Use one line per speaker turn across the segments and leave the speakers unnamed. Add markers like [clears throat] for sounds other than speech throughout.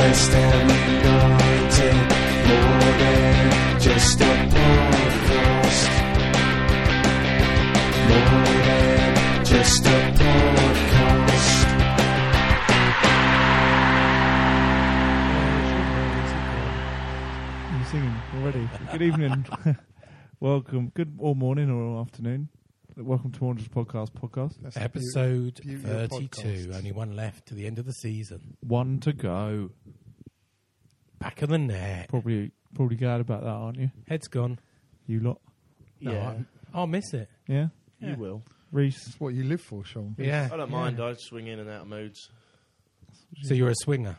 West Ham United, more than just a podcast. More than just a podcast.
I'm singing already.
[laughs]
Good evening. Welcome. Good or morning or afternoon. Welcome to Wanderers Podcast. Podcast.
That's the
Episode
beauty- beauty of
32.
podcasts.
Only one left to the end of the season.
One to go.
Back of the net.
Probably probably glad about that, aren't you?
Head's gone.
You lot.
No,
Yeah.
I- I'll miss it.
Yeah?
Yeah.
will.
Reese.
It's what you live for, Sean.
Yeah.
I don't mind. I swing in and out of moods.
So you're a swinger.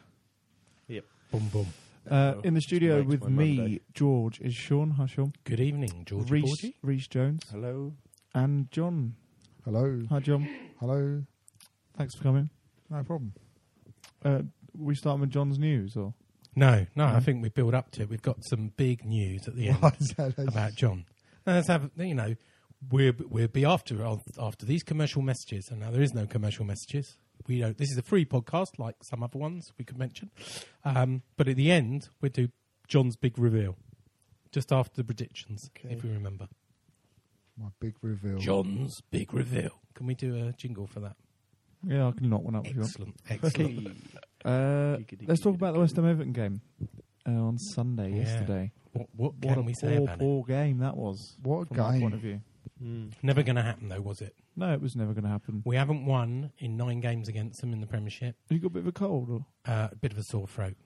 Yep.
Boom, boom.
Uh, in the
just
studio
wait
with
for my
me,
Monday.
George, is Sean. Hi, Sean.
Good evening, George.
Reese, Reese Jones.
Hello.
And John.
Hello.
Hi, John.
Hello.
Thanks for coming.
No problem.
Uh, we starting with John's news or?
No, no,
Mm-hmm.
I think we build up to it. We've got some big news at the
[laughs]
end
Why is that?
about John. Now let's have, you know, we'll, we'll be after after these commercial messages. And now there is no commercial messages. We don't, this is a free podcast like some other ones we could mention. Um, but at the end, we'll do John's big reveal just after the predictions,
Okay.
if you remember.
my big reveal.
John's big reveal. Can we do a jingle for that?
Yeah, I can knock one up if you want.
Excellent, excellent.
[laughs] Uh, let's talk about the West Ham Everton game uh, on Sunday
Yeah.
yesterday.
what what
What
can
a
we say
poor,
about it?
poor game that was.
What a
from my
game.
point of view.
Never going to happen, though, was it?
Mm. No, it was never going to happen.
We haven't won in nine games against them in the Premiership.
You got a bit of a cold, or
Uh, a bit of a sore throat.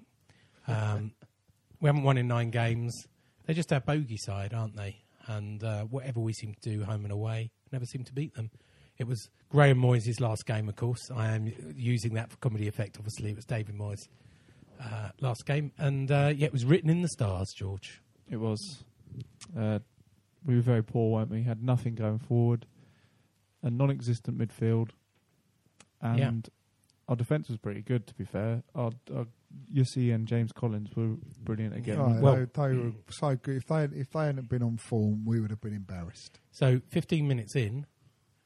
Um, [laughs] we haven't won in nine games. They're just our bogey side, aren't they? And uh, whatever we seem to do, home and away, never seem to beat them. It was Graham Moyes' last game, of course. I am using that for comedy effect, obviously. It was David Moyes' uh, last game. And uh, yeah, it was written in the stars, George.
it was. Uh, we were very poor, weren't we? Had nothing going forward, a non-existent midfield, and
Yeah.
our defence was pretty good. To be fair, our, our Yussi and James Collins were brilliant again.
No,
Well-
they, they were so good. If they if they hadn't been on form, we would have been embarrassed.
So 15 minutes in,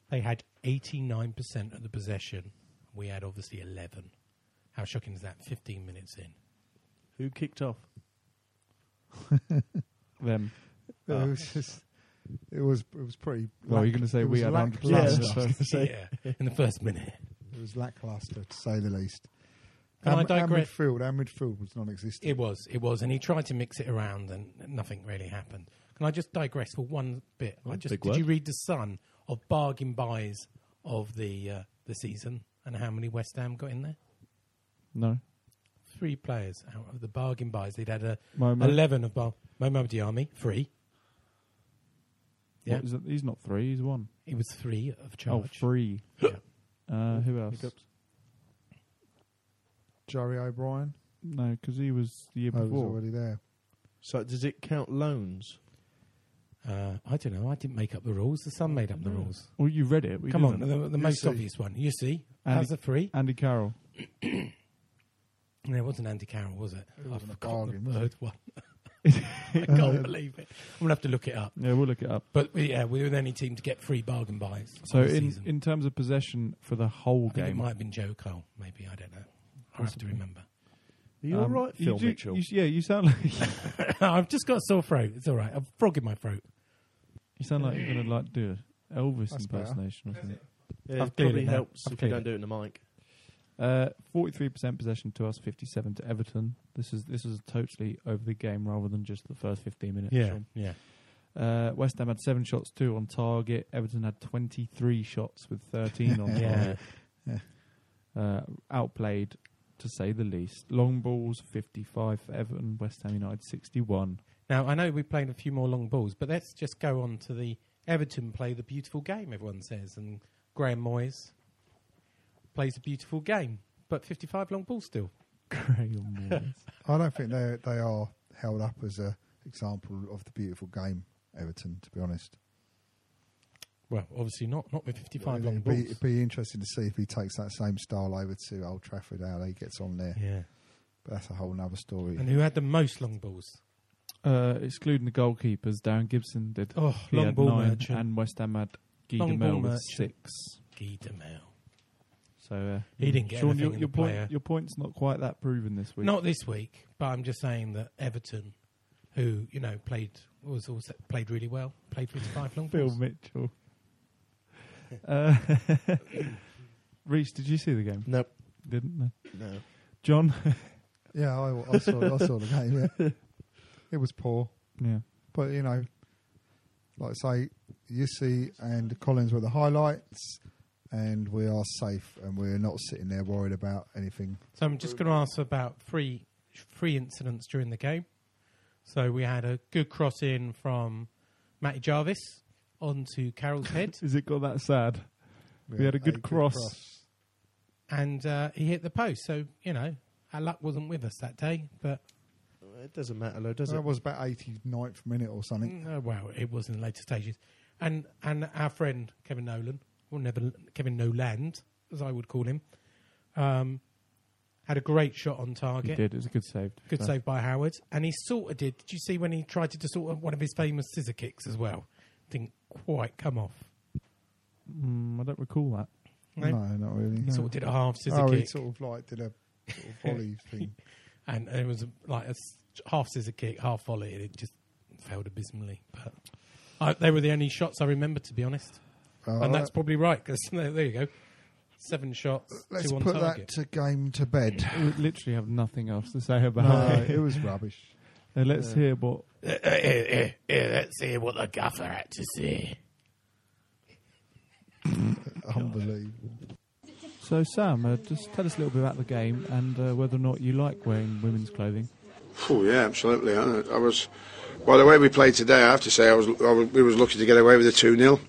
they had 89% of the possession. We had obviously 11. How shocking is that? 15 minutes in.
Who kicked off?
Them.
Ah.
It was just, it was it was pretty.
Well, you're going to say
it
we
was
had 100.
lackluster.
yeah, in the first minute.
It was lackluster to say the least.
Can I
our, our
digress?
midfield, our midfield was non-existent.
It was, it was. And he tried to mix it around and nothing really happened. Can I just digress for one bit? I just,
Oh, big
did
word.
you read The Sun of bargain buys of the, uh, the season and how many West Ham got in there?
No.
Three players out of the bargain buys. They'd had a
Momo.
11 of bar- Momo Diami, three. Yeah.
What is it? He's not three. He's one.
It was three of
Oh,
charge.
three.
Yeah.
Uh, who else?
Jerry
[laughs]
O'Brien.
No, because he was the year
I was
before.
already there.
So does it count loans?
Uh, I don't know. I didn't make up the rules. The sun made up the rules.
Well, you read it. We
Come on,
didn't.
the, the
You
most
see.
obvious one. You see,
Andy-
how's the three?
Andy Carroll.
No, it wasn't Andy Carroll, was it?
It wasn't a
forgot
bargain,
The
[laughs]
was
third one. [laughs] I can't believe it. I'm gonna have to look it up.
Yeah, we'll look it up.
But yeah, we were the only team to get three bargain buys.
So
this
in,
season.
in terms of possession for the whole
I think it
game,
might have been Joe Cole, maybe I don't know. I have to remember.
Are you all
um,
right,
you
Phil
do-
Mitchell?
you s- yeah, you sound
[laughs]
like [laughs]
I've just got a sore throat. It's all right. I've frog in my throat.
you sound like you're gonna like do an Elvis
That's better.
impersonation or something.
yeah,
I've cleared
it probably
it now.
helps
I've
if you
cleared
don't do it in the mic.
Uh, Forty-three percent possession to us, fifty-seven to Everton. This is this is totally over the game rather than just the first fifteen minutes. Sean.
yeah.
Uh, West Ham had seven shots, two on target. Everton had 23 shots with 13
[laughs]
on
Yeah.
target. Uh, outplayed, to say the least. Long balls, 55 for Everton. West Ham United, 61.
Now I know we played a few more long balls, but let's just go on to the Everton play the beautiful game. Everyone says, and Graham Moyes plays a beautiful game, but 55 long balls still.
Graham Moyes.
I don't think they they are held up as a example of the beautiful game Everton. To be honest,
Well, obviously not. Not with 55 long
it'd be,
balls.
it'd be interesting to see if he takes that same style over to Old Trafford. How they gets on there,
yeah.
but that's a whole other story.
And who had the most long balls?
uh, excluding the goalkeepers, Darren Gibson did.
Oh,
He
long
had
ball
nine,
merchant.
And West Ham had Guy
Long ball
Demel with
merchant.
six.
Guy Demel.
So uh,
He didn't get
Sean,
anything
your,
in
your
the
point.
player.
Your point's not quite that proven this week.
Not this week, but I'm just saying that Everton, who you know played was also played really well, played 55 long
Phil
balls. [laughs]
Mitchell. Uh, [laughs] Reese, did you see the game?
Nope.
Didn't they?
No.
John? [laughs]
Yeah, I, I saw I saw the game.
[laughs]
Yeah. It was poor,
yeah.
but you know, like I say, Yussi and Collins were the highlights, and we are safe, and we're not sitting there worried about anything.
So I'm just going to ask about three three incidents during the game. So we had a good cross in from Matty Jarvis onto Carroll's head,
[laughs] Is it got that sad? We had a good cross.
and uh, he hit the post. So you know our luck wasn't with us that day, but
It doesn't matter, though, does
That
it?
was about 89th minute or something.
uh, well, it was in the later stages. And and our friend Kevin Nolan, or never Kevin Noland, as I would call him, um, had a great shot on
He
target.
did. It was a good save. to be
Good
fair.
save by Howard. And he sort of did. Did you see when he tried to sort of one of his famous scissor kicks as well? Didn't quite come off.
Mm, I don't recall that.
No.
No, not really.
He sort of did a half scissor
Oh, he
kick.
sort of like did a sort of
[laughs]
volley thing.
And it was like a s- half scissor kick, half volley, and it just failed abysmally. But I, they were the only shots I remember, to be honest.
Uh,
and that's probably right, because [laughs] there, there you go. Seven shots,
let's
two on
put
target.
that to game to bed.
We
[laughs]
literally have nothing else to say about
no,
it.
it was rubbish.
Uh, let's hear what.
Uh, let's see what the gaffer had to say.
Unbelievable.
So, Sam, uh, just tell us a little bit about the game and uh, whether or not you like wearing women's clothing.
Oh yeah, absolutely. I, I was well the way we played today. I have to say I was, I was we was lucky to get away with a two 0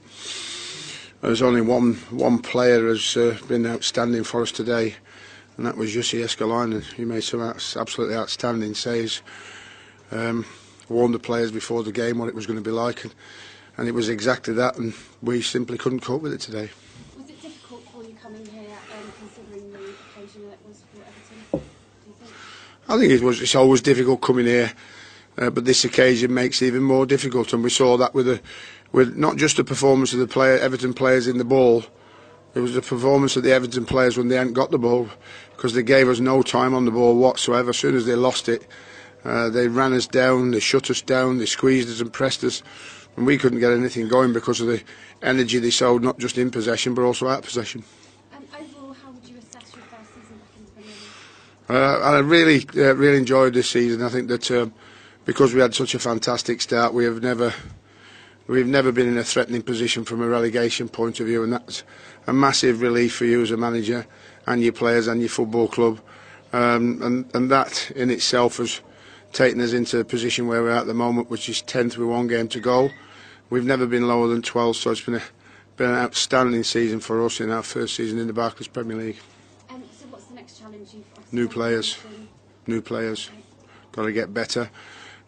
There's only one one player has uh, been outstanding for us today, and that was Jussi Escalainen. He made some outs- absolutely outstanding saves. Um, warned the players before the game what it was going to be like, and, and it was exactly that. And we simply couldn't cope with it today.
Was it difficult for you coming here, um, considering the occasion that it was for Everton? Do you think?
I think it was. It's always difficult coming here, uh, but this occasion makes it even more difficult. And we saw that with the, with not just the performance of the player, Everton players in the ball. It was the performance of the Everton players when they hadn't got the ball, because they gave us no time on the ball whatsoever. As soon as they lost it, uh, they ran us down, they shut us down, they squeezed us and pressed us, and we couldn't get anything going because of the energy they showed, not just in possession but also out of possession.
Um, overall, how would you assess your first season back in Premier League?
Uh, and I really, uh, really enjoyed this season. I think that um, because we had such a fantastic start, we have never, we've never been in a threatening position from a relegation point of view, and that's a massive relief for you as a manager and your players and your football club. Um, and, and that in itself has taken us into a position where we're at the moment, which is 10th with one game to go. We've never been lower than 12, so it's been, a, been an outstanding season for us in our first season in the Barclays Premier League.
Um, so, what's the next challenge you've got?
New players. new players. Got to get better.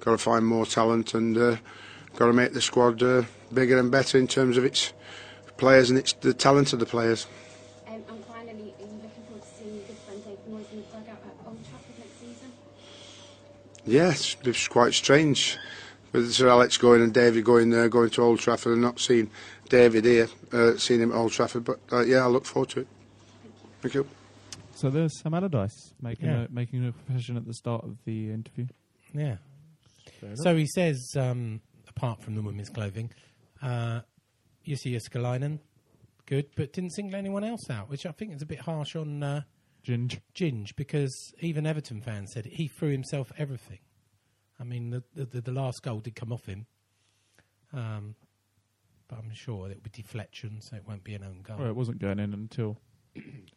Got to find more talent and uh, got to make the squad uh, bigger and better in terms of its players and its the talent of the players.
Um, and finally, are you looking forward to seeing your good friend Dave Moyes in the dugout at Old Trafford next season?
Yes, it was quite strange. With Sir Alex going and David going there, going to Old Trafford and not seeing David here, uh, seeing him at Old Trafford. But uh, yeah, I look forward to it. Thank you.
So there's Sam Allardyce making
Yeah.
a, making a confession at the start of the interview.
Yeah. So he says, um, apart from the women's clothing, uh, Jussi Iskalainen, good, but didn't single anyone else out, which I think is a bit harsh on uh,
Ginge.
Ginge, because even Everton fans said he threw himself everything. I mean, the the, the, the last goal did come off him, um, but I'm sure it'll be deflection, so it won't be an own goal.
Well, it wasn't going in until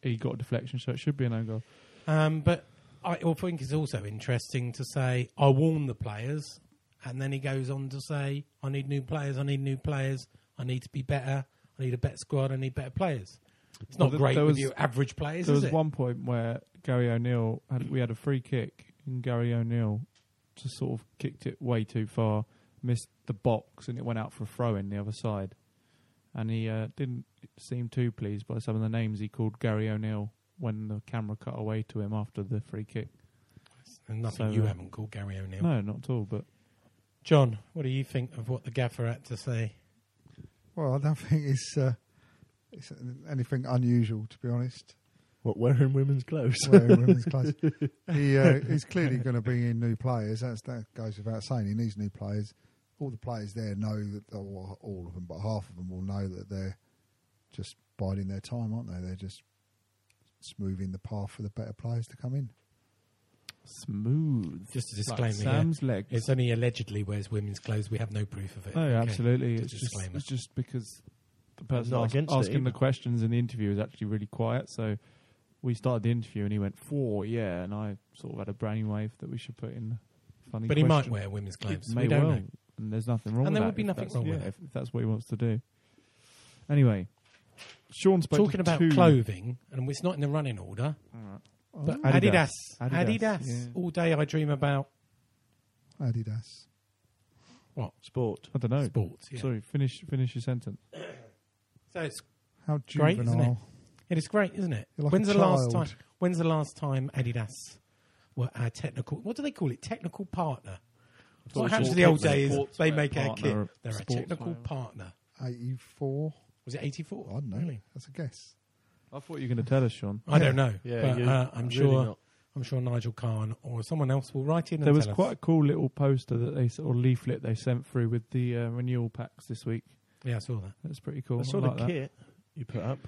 he got a deflection, so it should be an own goal.
Um, but I I think it's also interesting to say, I warn the players, and then he goes on to say, I need new players, I need new players, I need to be better, I need a better squad, I need better players. It's not
Well, th-
great
there
with
was-
your average players,
There
is
was
it?
one point where Gary O'Neill had we had a free kick and Gary O'Neill just sort of kicked it way too far, missed the box, and it went out for a throw in the other side. And he uh, didn't seem too pleased by some of the names he called Gary O'Neill when the camera cut away to him after the free kick.
and nothing
So,
you
uh,
haven't called Gary O'Neill.
No, not at all. But
John, what do you think of what the gaffer had to say?
Well, I don't [laughs] think it's, uh, it's anything unusual, to be honest.
What wearing women's clothes?
Wearing women's
[laughs]
clothes. He, uh, he's clearly going to bring in new players. That's, that goes without saying. He needs new players. All the players there know that, or all of them, but half of them will know that they're just biding their time, aren't they? They're just smoothing the path for the better players to come in.
smooth.
Just a
Like
disclaimer. yeah.
Sam's legs.
It's only allegedly wears women's clothes. We have no proof of it.
No,
Okay.
absolutely.
Just
It's just,
disclaimer.
it's just because the person
not
ask,
against it
asking the
either.
questions in the interview is actually really quiet. So we started the interview and he went four, yeah, and I sort of had a brainwave that we should put in a funny.
But he might
question.
wear women's clothes.
It
we don't
well,
know.
and there's nothing wrong.
And there
with that
would be
if
nothing
that's-
wrong with
yeah,
it.
if that's what he wants to do. Anyway, Sean spoke
Talking
to
about
two-
clothing, and it's not in the running order, But Adidas.
Adidas.
Adidas.
Adidas, yeah.
All day I dream about
Adidas.
what?
Sport.
I don't know.
Sports. Yeah.
Sorry, finish finish your sentence.
So it's
How
great,
juvenile.
isn't it? It is great, isn't it?
You're like
when's
a
the last
child.
time when's the last time Adidas were our technical what do they call it? Technical partner. What happens to the old
partner.
day is they
Sportswear
make our kit.
partner.
They're a
Sportswear.
technical partner.
84?
Was it eighty four?
I don't know.
Really?
That's a guess.
I thought you were going to tell us, Sean.
I don't know.
Yeah,
but
you-
uh, I'm
really
sure
not.
I'm sure Nigel Khan or someone else will write in and
There was
tell us.
quite a cool little poster that they or leaflet they sent through with the uh, renewal packs this week.
Yeah, I saw that.
That's pretty cool.
I saw
I like
the
that.
kit you put up.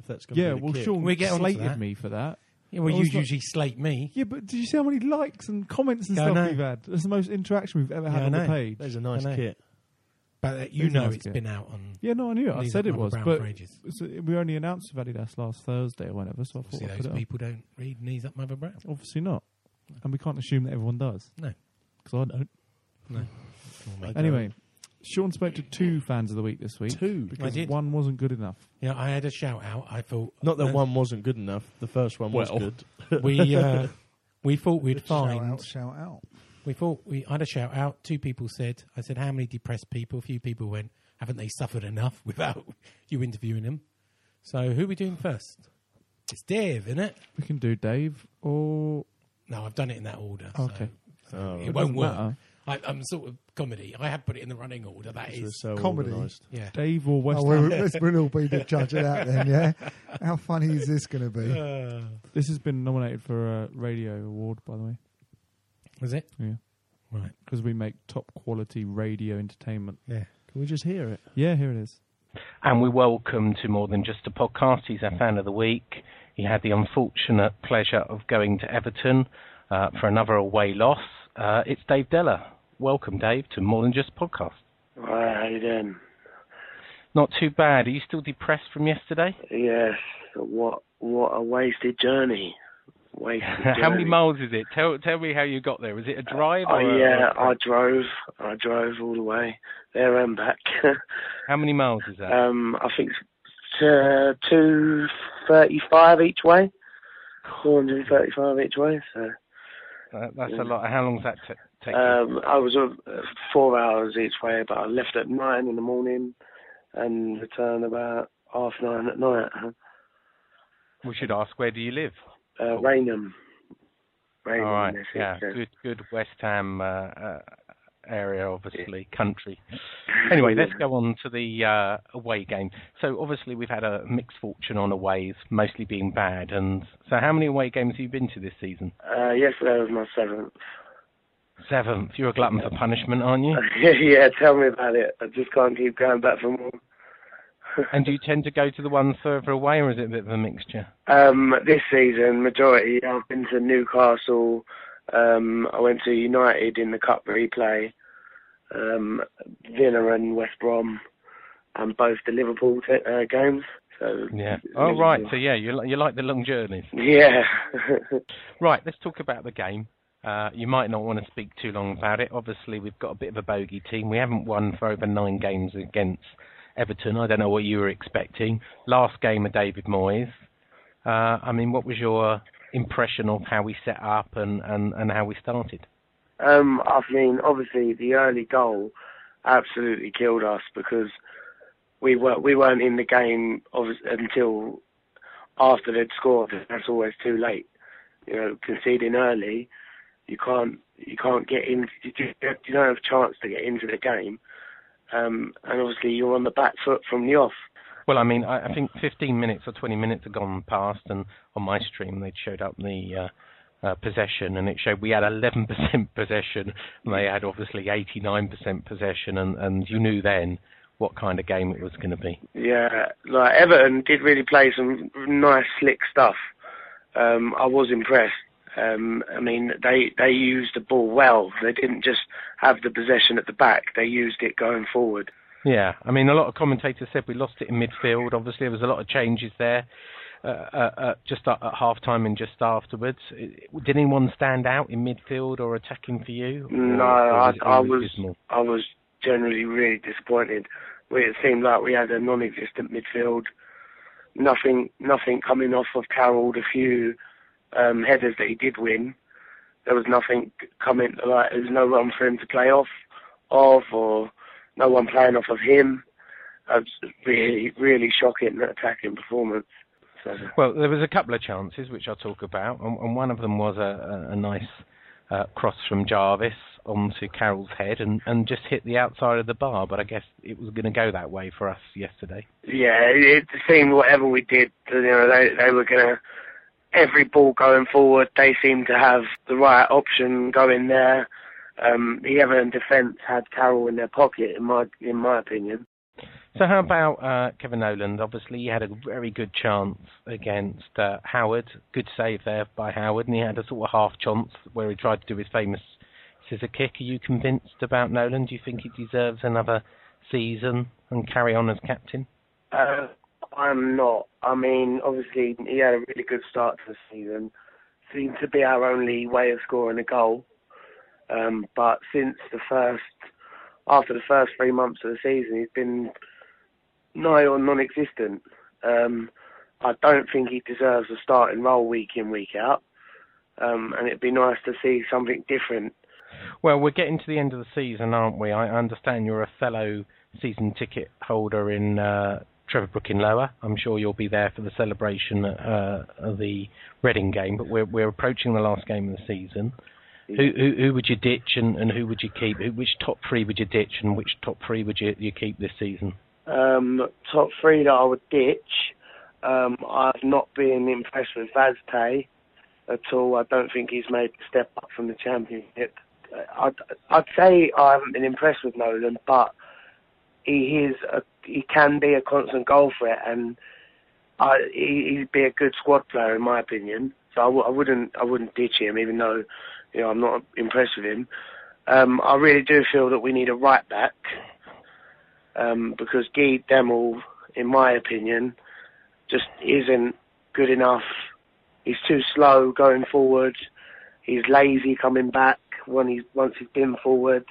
If that's going to
Yeah,
be the
well,
kit.
Sean
We get onto
slated
that.
me for that.
Yeah, well
I
you
was not-
usually slate me.
Yeah, but did you see how many likes and comments and
Yeah, I
stuff
know.
we've had? That's the most interaction we've ever had
Yeah, I
on the
know.
page.
There's a nice
I know.
kit.
But uh, you
It's
know
nice
it's
kit.
been out on
Yeah, no, I knew it. I
Leave
said
it
it
on the
was,
ground
but
for ages.
so we only announced about Adidas last Thursday or whenever, so I thought
See,
I'd
those
put it
people don't read knees up Mother Brown.
on. Obviously not, and we can't assume that everyone does
No.
because I don't.
No.
Anyway, Sean spoke to two fans of the week this week.
Two?
because
I did.
one wasn't good enough.
Yeah, I had a shout out. I thought
Not that
uh,
one wasn't good enough. The first one was
Well.
[laughs]
[laughs]
good.
we
[laughs]
uh, we thought we'd
Shout out,
find.
shout out.
We thought we I had a shout out. Two people said. I said, "How many depressed people?" A few people went, "Haven't they suffered enough [laughs] without you interviewing them?" So who are we doing first? It's Dave, isn't it?
We can do Dave or
No, I've done it in that order.
Okay. Oh,
So Oh, it won't
Doesn't
work.
matter.
I, I'm sort of comedy. I had put it in the running order. That
It was
is,
so
Comedy.
organised.
yeah.
Dave or West
Oh,
Ham.
we'll,
[laughs]
let's, we'll all be the judge of that then, yeah? How funny is this going to be?
Uh,
Uh,
This has been nominated for a radio award, by the way.
Was it
Yeah,
right?
because we make top quality radio entertainment.
Yeah.
Can we just hear it?
Yeah, here it is.
and we welcome to more than just a podcast. He's our fan of the week. He had the unfortunate pleasure of going to Everton uh, for another away loss. Uh, it's Dave Della. Welcome, Dave, to more than just a podcast.
Right, how you doing?
Not too bad. Are you still depressed from yesterday? [laughs]
Yes, what what a wasted journey. Wasted
[laughs]
journey.
how many miles is it? Tell tell me how you got there. Was it a drive?
Oh
or uh, a-
yeah, I drove. I drove all the way there and back. [laughs]
How many miles is that?
um, I think it's, uh, two thirty-five each way. Four hundred and thirty-five each way. So
Uh, that's a lot. How long's that t- take? you?
um, I was uh, four hours each way, but I left at nine in the morning and returned about half nine at night.
we should ask. Where do you live?
Uh, Raynham. Raining
All right,
this
yeah,
weekend.
good, good West Ham uh, uh, area, obviously, country. Anyway, let's go on to the uh, away game. So obviously we've had a mixed fortune on aways, mostly being bad. And so how many away games have you been to this season?
[laughs] Uh, yesterday was my seventh. [laughs]
Seventh. You're a glutton for punishment, aren't you?
[laughs] yeah, tell me about it. I just can't keep going back for more.
and do you tend to go to the ones further away, or is it a bit of a mixture?
Um, this season, majority I've been to Newcastle. Um, I went to United in the cup replay. Um, Villa and West Brom, and both the Liverpool t- uh, games. So
Yeah. Oh, right. So yeah, you li- you like the long journeys.
yeah,
[laughs] Right, let's talk about the game. Uh, you might not want to speak too long about it. Obviously, we've got a bit of a bogey team. We haven't won for over nine games against Everton. I don't know what you were expecting. Last game of David Moyes. Uh, I mean, what was your impression of how we set up and, and, and how we started?
Um, I mean, obviously the early goal absolutely killed us because we were we weren't in the game obvi- until after they'd scored. That's always too late. You know, conceding early, you can't you can't get in. You, just, you don't have a chance to get into the game, um, and obviously you're on the back foot from the off.
Well, I mean, I, I think 15 minutes or 20 minutes had gone past, and on my stream they showed up the uh, uh, possession, and it showed we had [laughs] 11% possession, and they had obviously 89% possession, and, and you knew then what kind of game it was going to be.
Yeah, like Everton did really play some nice slick stuff. Um, I was impressed. Um, I mean, they they used the ball well. They didn't just have the possession at the back. They used it going forward.
Yeah, I mean, a lot of commentators said we lost it in midfield. Obviously, there was a lot of changes there, uh, uh, uh, just at, at half time and just afterwards. It- Did anyone stand out in midfield or attacking for you? Or-
No,
or
I,
it
I
all
was
dismal?
I was generally really disappointed. We, it seemed like we had a non-existent midfield. Nothing, nothing coming off of Carroll. The few um, headers that he did win, there was nothing coming. Like there was no one for him to play off of, or no one playing off of him. It was really, really shocking attacking performance. So.
Well, there was a couple of chances which I'll talk about, and, and one of them was a, a, a nice uh, cross from Jarvis onto Carroll's head and, and just hit the outside of the bar. But I guess it was going to go that way for us yesterday.
Yeah, it it seemed whatever we did, you know, they they were gonna every ball going forward. They seemed to have the right option going there. Um, the Everton defence had Carroll in their pocket, in my in my opinion.
So how about uh, Kevin Noland? Obviously, he had a very good chance against uh, Howard. Good save there by Howard, and he had a sort of half chance where he tried to do his famous scissor kick. Are you convinced about Nolan? Do you think he deserves another season and carry on as captain?
Uh, I'm not. I mean, obviously he had a really good start to the season. Seemed to be our only way of scoring a goal. Um, but since the first, after the first three months of the season, he's been nigh on non-existent. Um, I don't think he deserves a starting role week in week out. Um, and it'd be nice to see something different
Well, we're getting to the end of the season, aren't we? I understand you're a fellow season ticket holder in uh, Trevor Brook in Lower. I'm sure you'll be there for the celebration uh, of the Reading game, but we're we're approaching the last game of the season. Who who, who would you ditch and, and who would you keep? Who, which top three would you ditch and which top three would you, you keep this season?
Um, top three that I would ditch. Um, I've not been impressed with Vazte at all. I don't think he's made the step up from the championship. Uh, I'd, I'd say I haven't been impressed with Nolan, but he is a, he can be a constant goal threat, and I, he, he'd be a good squad player in my opinion. So I, w- I wouldn't I wouldn't ditch him, even though you know I'm not impressed with him. Um, I really do feel that we need a right back um, because Guy Demel, in my opinion, just isn't good enough. He's too slow going forward. He's lazy coming back when he's once he's been forward,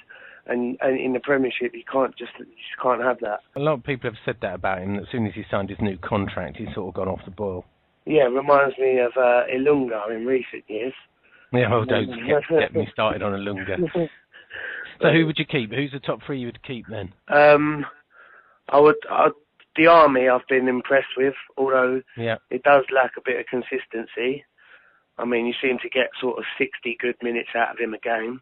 and, and in the Premiership you can't just you just can't have that.
A lot of people have said that about him. That as soon as he signed his new contract, he's sort of gone off the boil.
Yeah, it reminds me of uh, Ilunga in recent years.
Yeah, oh, don't get, get me started on a lunga. So who would you keep? Who's the top three you would keep then?
Um, I would I, the army I've been impressed with, although
Yeah.
it does lack a bit of consistency. I mean, you seem to get sort of 60 good minutes out of him a game,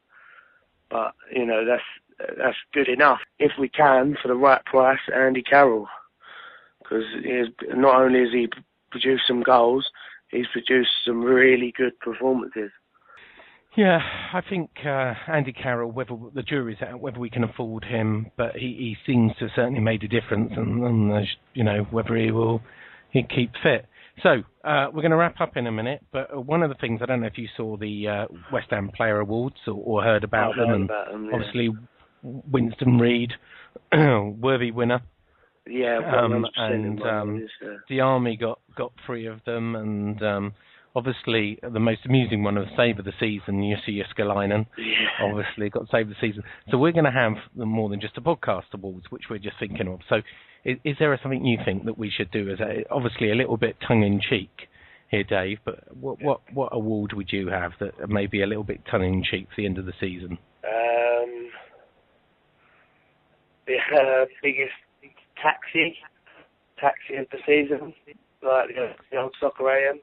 but you know that's that's good enough if we can for the right price. Andy Carroll, because not only has he p- produced some goals, he's produced some really good performances.
Yeah, I think uh, Andy Carroll, whether the jury's out whether we can afford him, but he, he seems to have certainly made a difference, and, and there's, you know whether he will he keep fit. So uh, we're going to wrap up in a minute, but uh, one of the things I don't know if you saw the uh, West Ham Player Awards or, or heard about
I've
them,
heard
and
about them, yeah.
obviously Winston Reid, [clears throat] worthy winner.
Yeah,
Um,
100% in
and
my
um,
mind, uh, yeah.
the army got got three of them, and um, obviously the most amusing one of the save of the season, Jussi Iskalainen,
Yeah.
obviously got save of the season. So we're going to have the more than just a podcast awards, which we're just thinking of. So is, is there something you think that we should do? As a, obviously a little bit tongue in cheek here, Dave, but what what what award would you have that may be a little bit tongue in cheek for the end of the season? [laughs]
Um, the uh, biggest taxi, taxi of the season, like you know, the old soccer AM.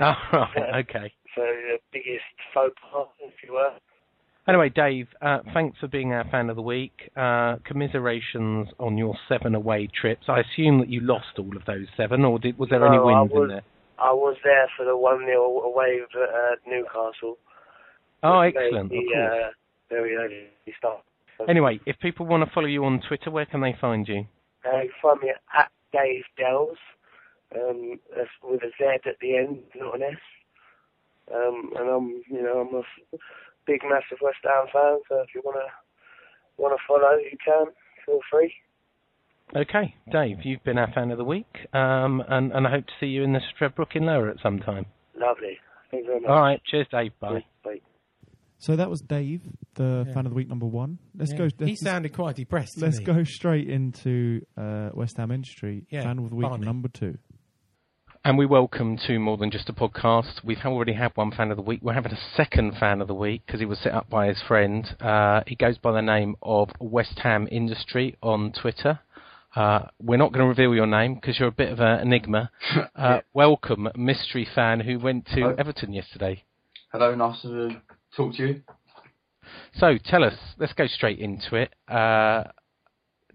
Oh,
Uh,
right, okay.
So the biggest faux pas, if you will.
Anyway, Dave, uh, thanks for being our fan of the week. Uh, commiserations on your seven away trips. I assume that you lost all of those seven, or did, was there any
No, I
wins in
was-
there?
I was there for the one 0 away with uh, Newcastle.
Oh,
which made
excellent.
The,
Of course.
Uh, very early start.
Anyway, if people want to follow you on Twitter, where can they find you?
Uh, you find me at Dave Dells, um, that's with a Z at the end, not an S. Um, and I'm, you know, I'm a f- big, massive West Ham fan. So if you wanna wanna follow, you can. Feel free.
Okay, Dave, you've been our fan of the week, um, and, and I hope to see you in the Stradbroke in Lower at some time.
Lovely. Thank you very much.
All right, cheers, Dave. Bye.
Bye.
So that was Dave, the fan of the week number one. Let's
Yeah.
go.
He
let's-
sounded quite depressed, didn't
Let's
he?
go straight into uh, West Ham Industry
Yeah,
fan of the week
Barney.
number two.
And we welcome to More Than Just a Podcast. We've already had one fan of the week. We're having a second fan of the week because he was set up by his friend. Uh, he goes by the name of West Ham Industry on Twitter. Uh, we're not going to reveal your name because you're a bit of an enigma. Uh, Welcome, mystery fan who went to
Hello.
Everton yesterday.
Hello, nice to talk to you.
So tell us, let's go straight into it. Uh,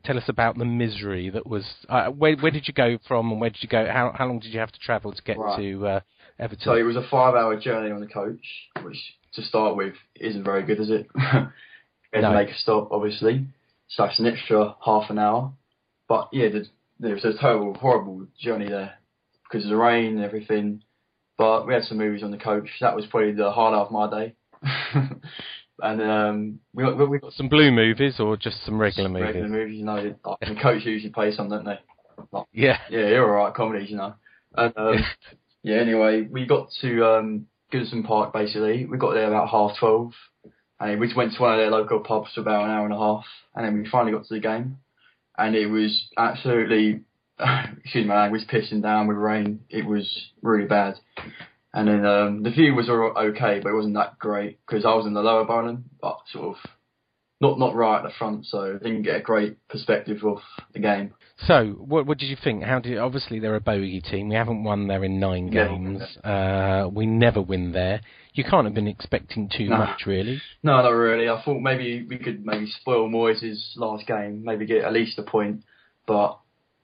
tell us about the misery that was. Uh, where, where did you go from and where did you go? How, how long did you have to travel to get
Right.
to uh, Everton?
So it was a five-hour journey on the coach, which to start with isn't very good, is it? we had
No.
to make a stop, obviously. So that's an extra half an hour. But yeah, the, there was a terrible, horrible journey there because of the rain and everything. But we had some movies on the coach. That was probably the highlight of my day. and um, we, got- we, we got
Some blue movies or just some regular movies?
regular movies, you know. Like, the coach usually plays some, don't they? Like,
Yeah.
Yeah, you're all right, comedies, you know. And, um, yeah, anyway, we got to um, Goodison Park, basically. We got there about half 12, and we just went to one of their local pubs for about an hour and a half, and then we finally got to the game, and it was absolutely, [laughs] excuse my language, pissing down with rain. It was really bad. And then um, the view was all okay, but it wasn't that great because I was in the lower bottom, but sort of not not right at the front, so didn't get a great perspective of the game.
So, what what did you think? How did obviously they're a bogey team. We haven't won there in nine
No.
games. Uh, we never win there. You can't have been expecting too
No.
much, really.
No, not really. I thought maybe we could maybe spoil Moyes' last game, maybe get at least a point, but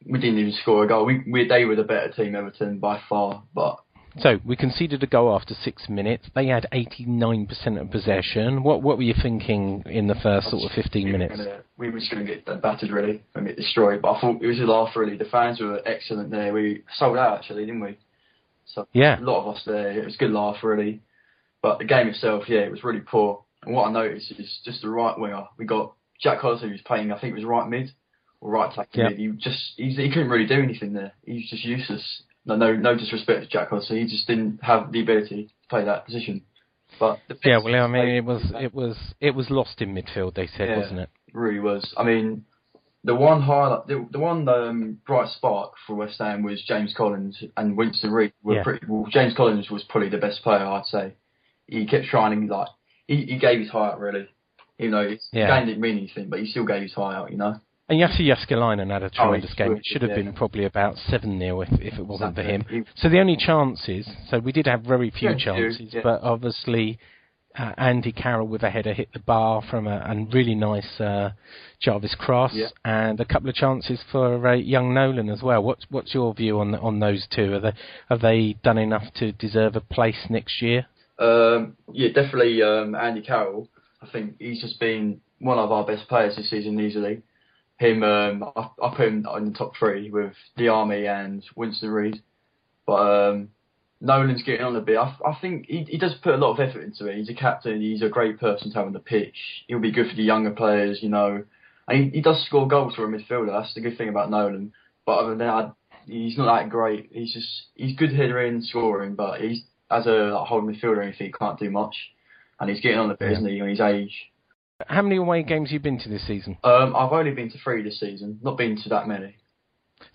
we didn't even score a goal. We, we they were the better team, Everton by far, but
So we conceded a goal after six minutes. They had eighty nine percent of possession. What what were you thinking in the first sort of fifteen minutes?
we were just going to get battered really and get destroyed. But I thought it was a laugh really. The fans were excellent there. We sold out actually, didn't we? So
Yeah.
a lot of us there. It was a good laugh really. But the game itself, yeah, it was really poor. And what I noticed is just the right winger. We got Jack Hodgson who was playing. I think it was right mid or right tackle
Yeah.
mid. He just he's, he couldn't really do anything there. He was just useless. No, no, no disrespect to Jack Hodgson. He just didn't have the ability to play that position. But the
Yeah, well, I mean, it was it was it was lost in midfield. They said,
Yeah.
wasn't it?
really was. I mean, the one highlight, the, the one um, bright spark for West Ham was James Collins and Winston Reid. Were
Yeah.
pretty, well, James Collins was probably the best player, I'd say. He kept shining, like he, he gave his heart out, really. You know, his
Yeah.
game didn't mean anything, but he still gave his heart out. You know.
Uh, And Yassi Jaskalainen had a tremendous
he's
game. It
terrific,
should have
Oh, yeah.
been probably about 7 0 if, if it wasn't for
Exactly.
him. So the only chances, so we did have very few
Yeah, few,
chances,
yeah.
but obviously uh, Andy Carroll with a header hit the bar from a, a really nice uh, Jarvis cross,
Yeah.
and a couple of chances for uh, young Nolan as well. What's what's your view on on those two? Are they have they done enough to deserve a place next year?
Um, yeah, definitely um, Andy Carroll. I think he's just been one of our best players this season easily. Him, um, I, I put him in the top three with the Army and Winston Reid. But um, Nolan's getting on a bit. I, I think he, he does put a lot of effort into it. He's a captain. He's a great person to have on the pitch. He'll be good for the younger players, you know. And he, he does score goals for a midfielder. That's the good thing about Nolan. But other than that, I, he's not that great. He's just he's good headering, scoring, but he's as a like, holding midfielder or anything, he can't do much. And he's getting on a bit,
Yeah.
isn't he, on his age?
How many away games have you been to this season?
Um, I've only been to three this season. Not been to that many.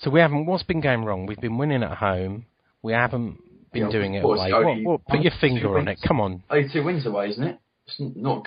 So we haven't. What's been going wrong? We've been winning at home. We haven't been
Yeah,
doing it
of course,
away.
Cody,
What, what, put
one,
your
two
finger on it.
wins.
Come on.
Only two wins away, isn't it? It's n- not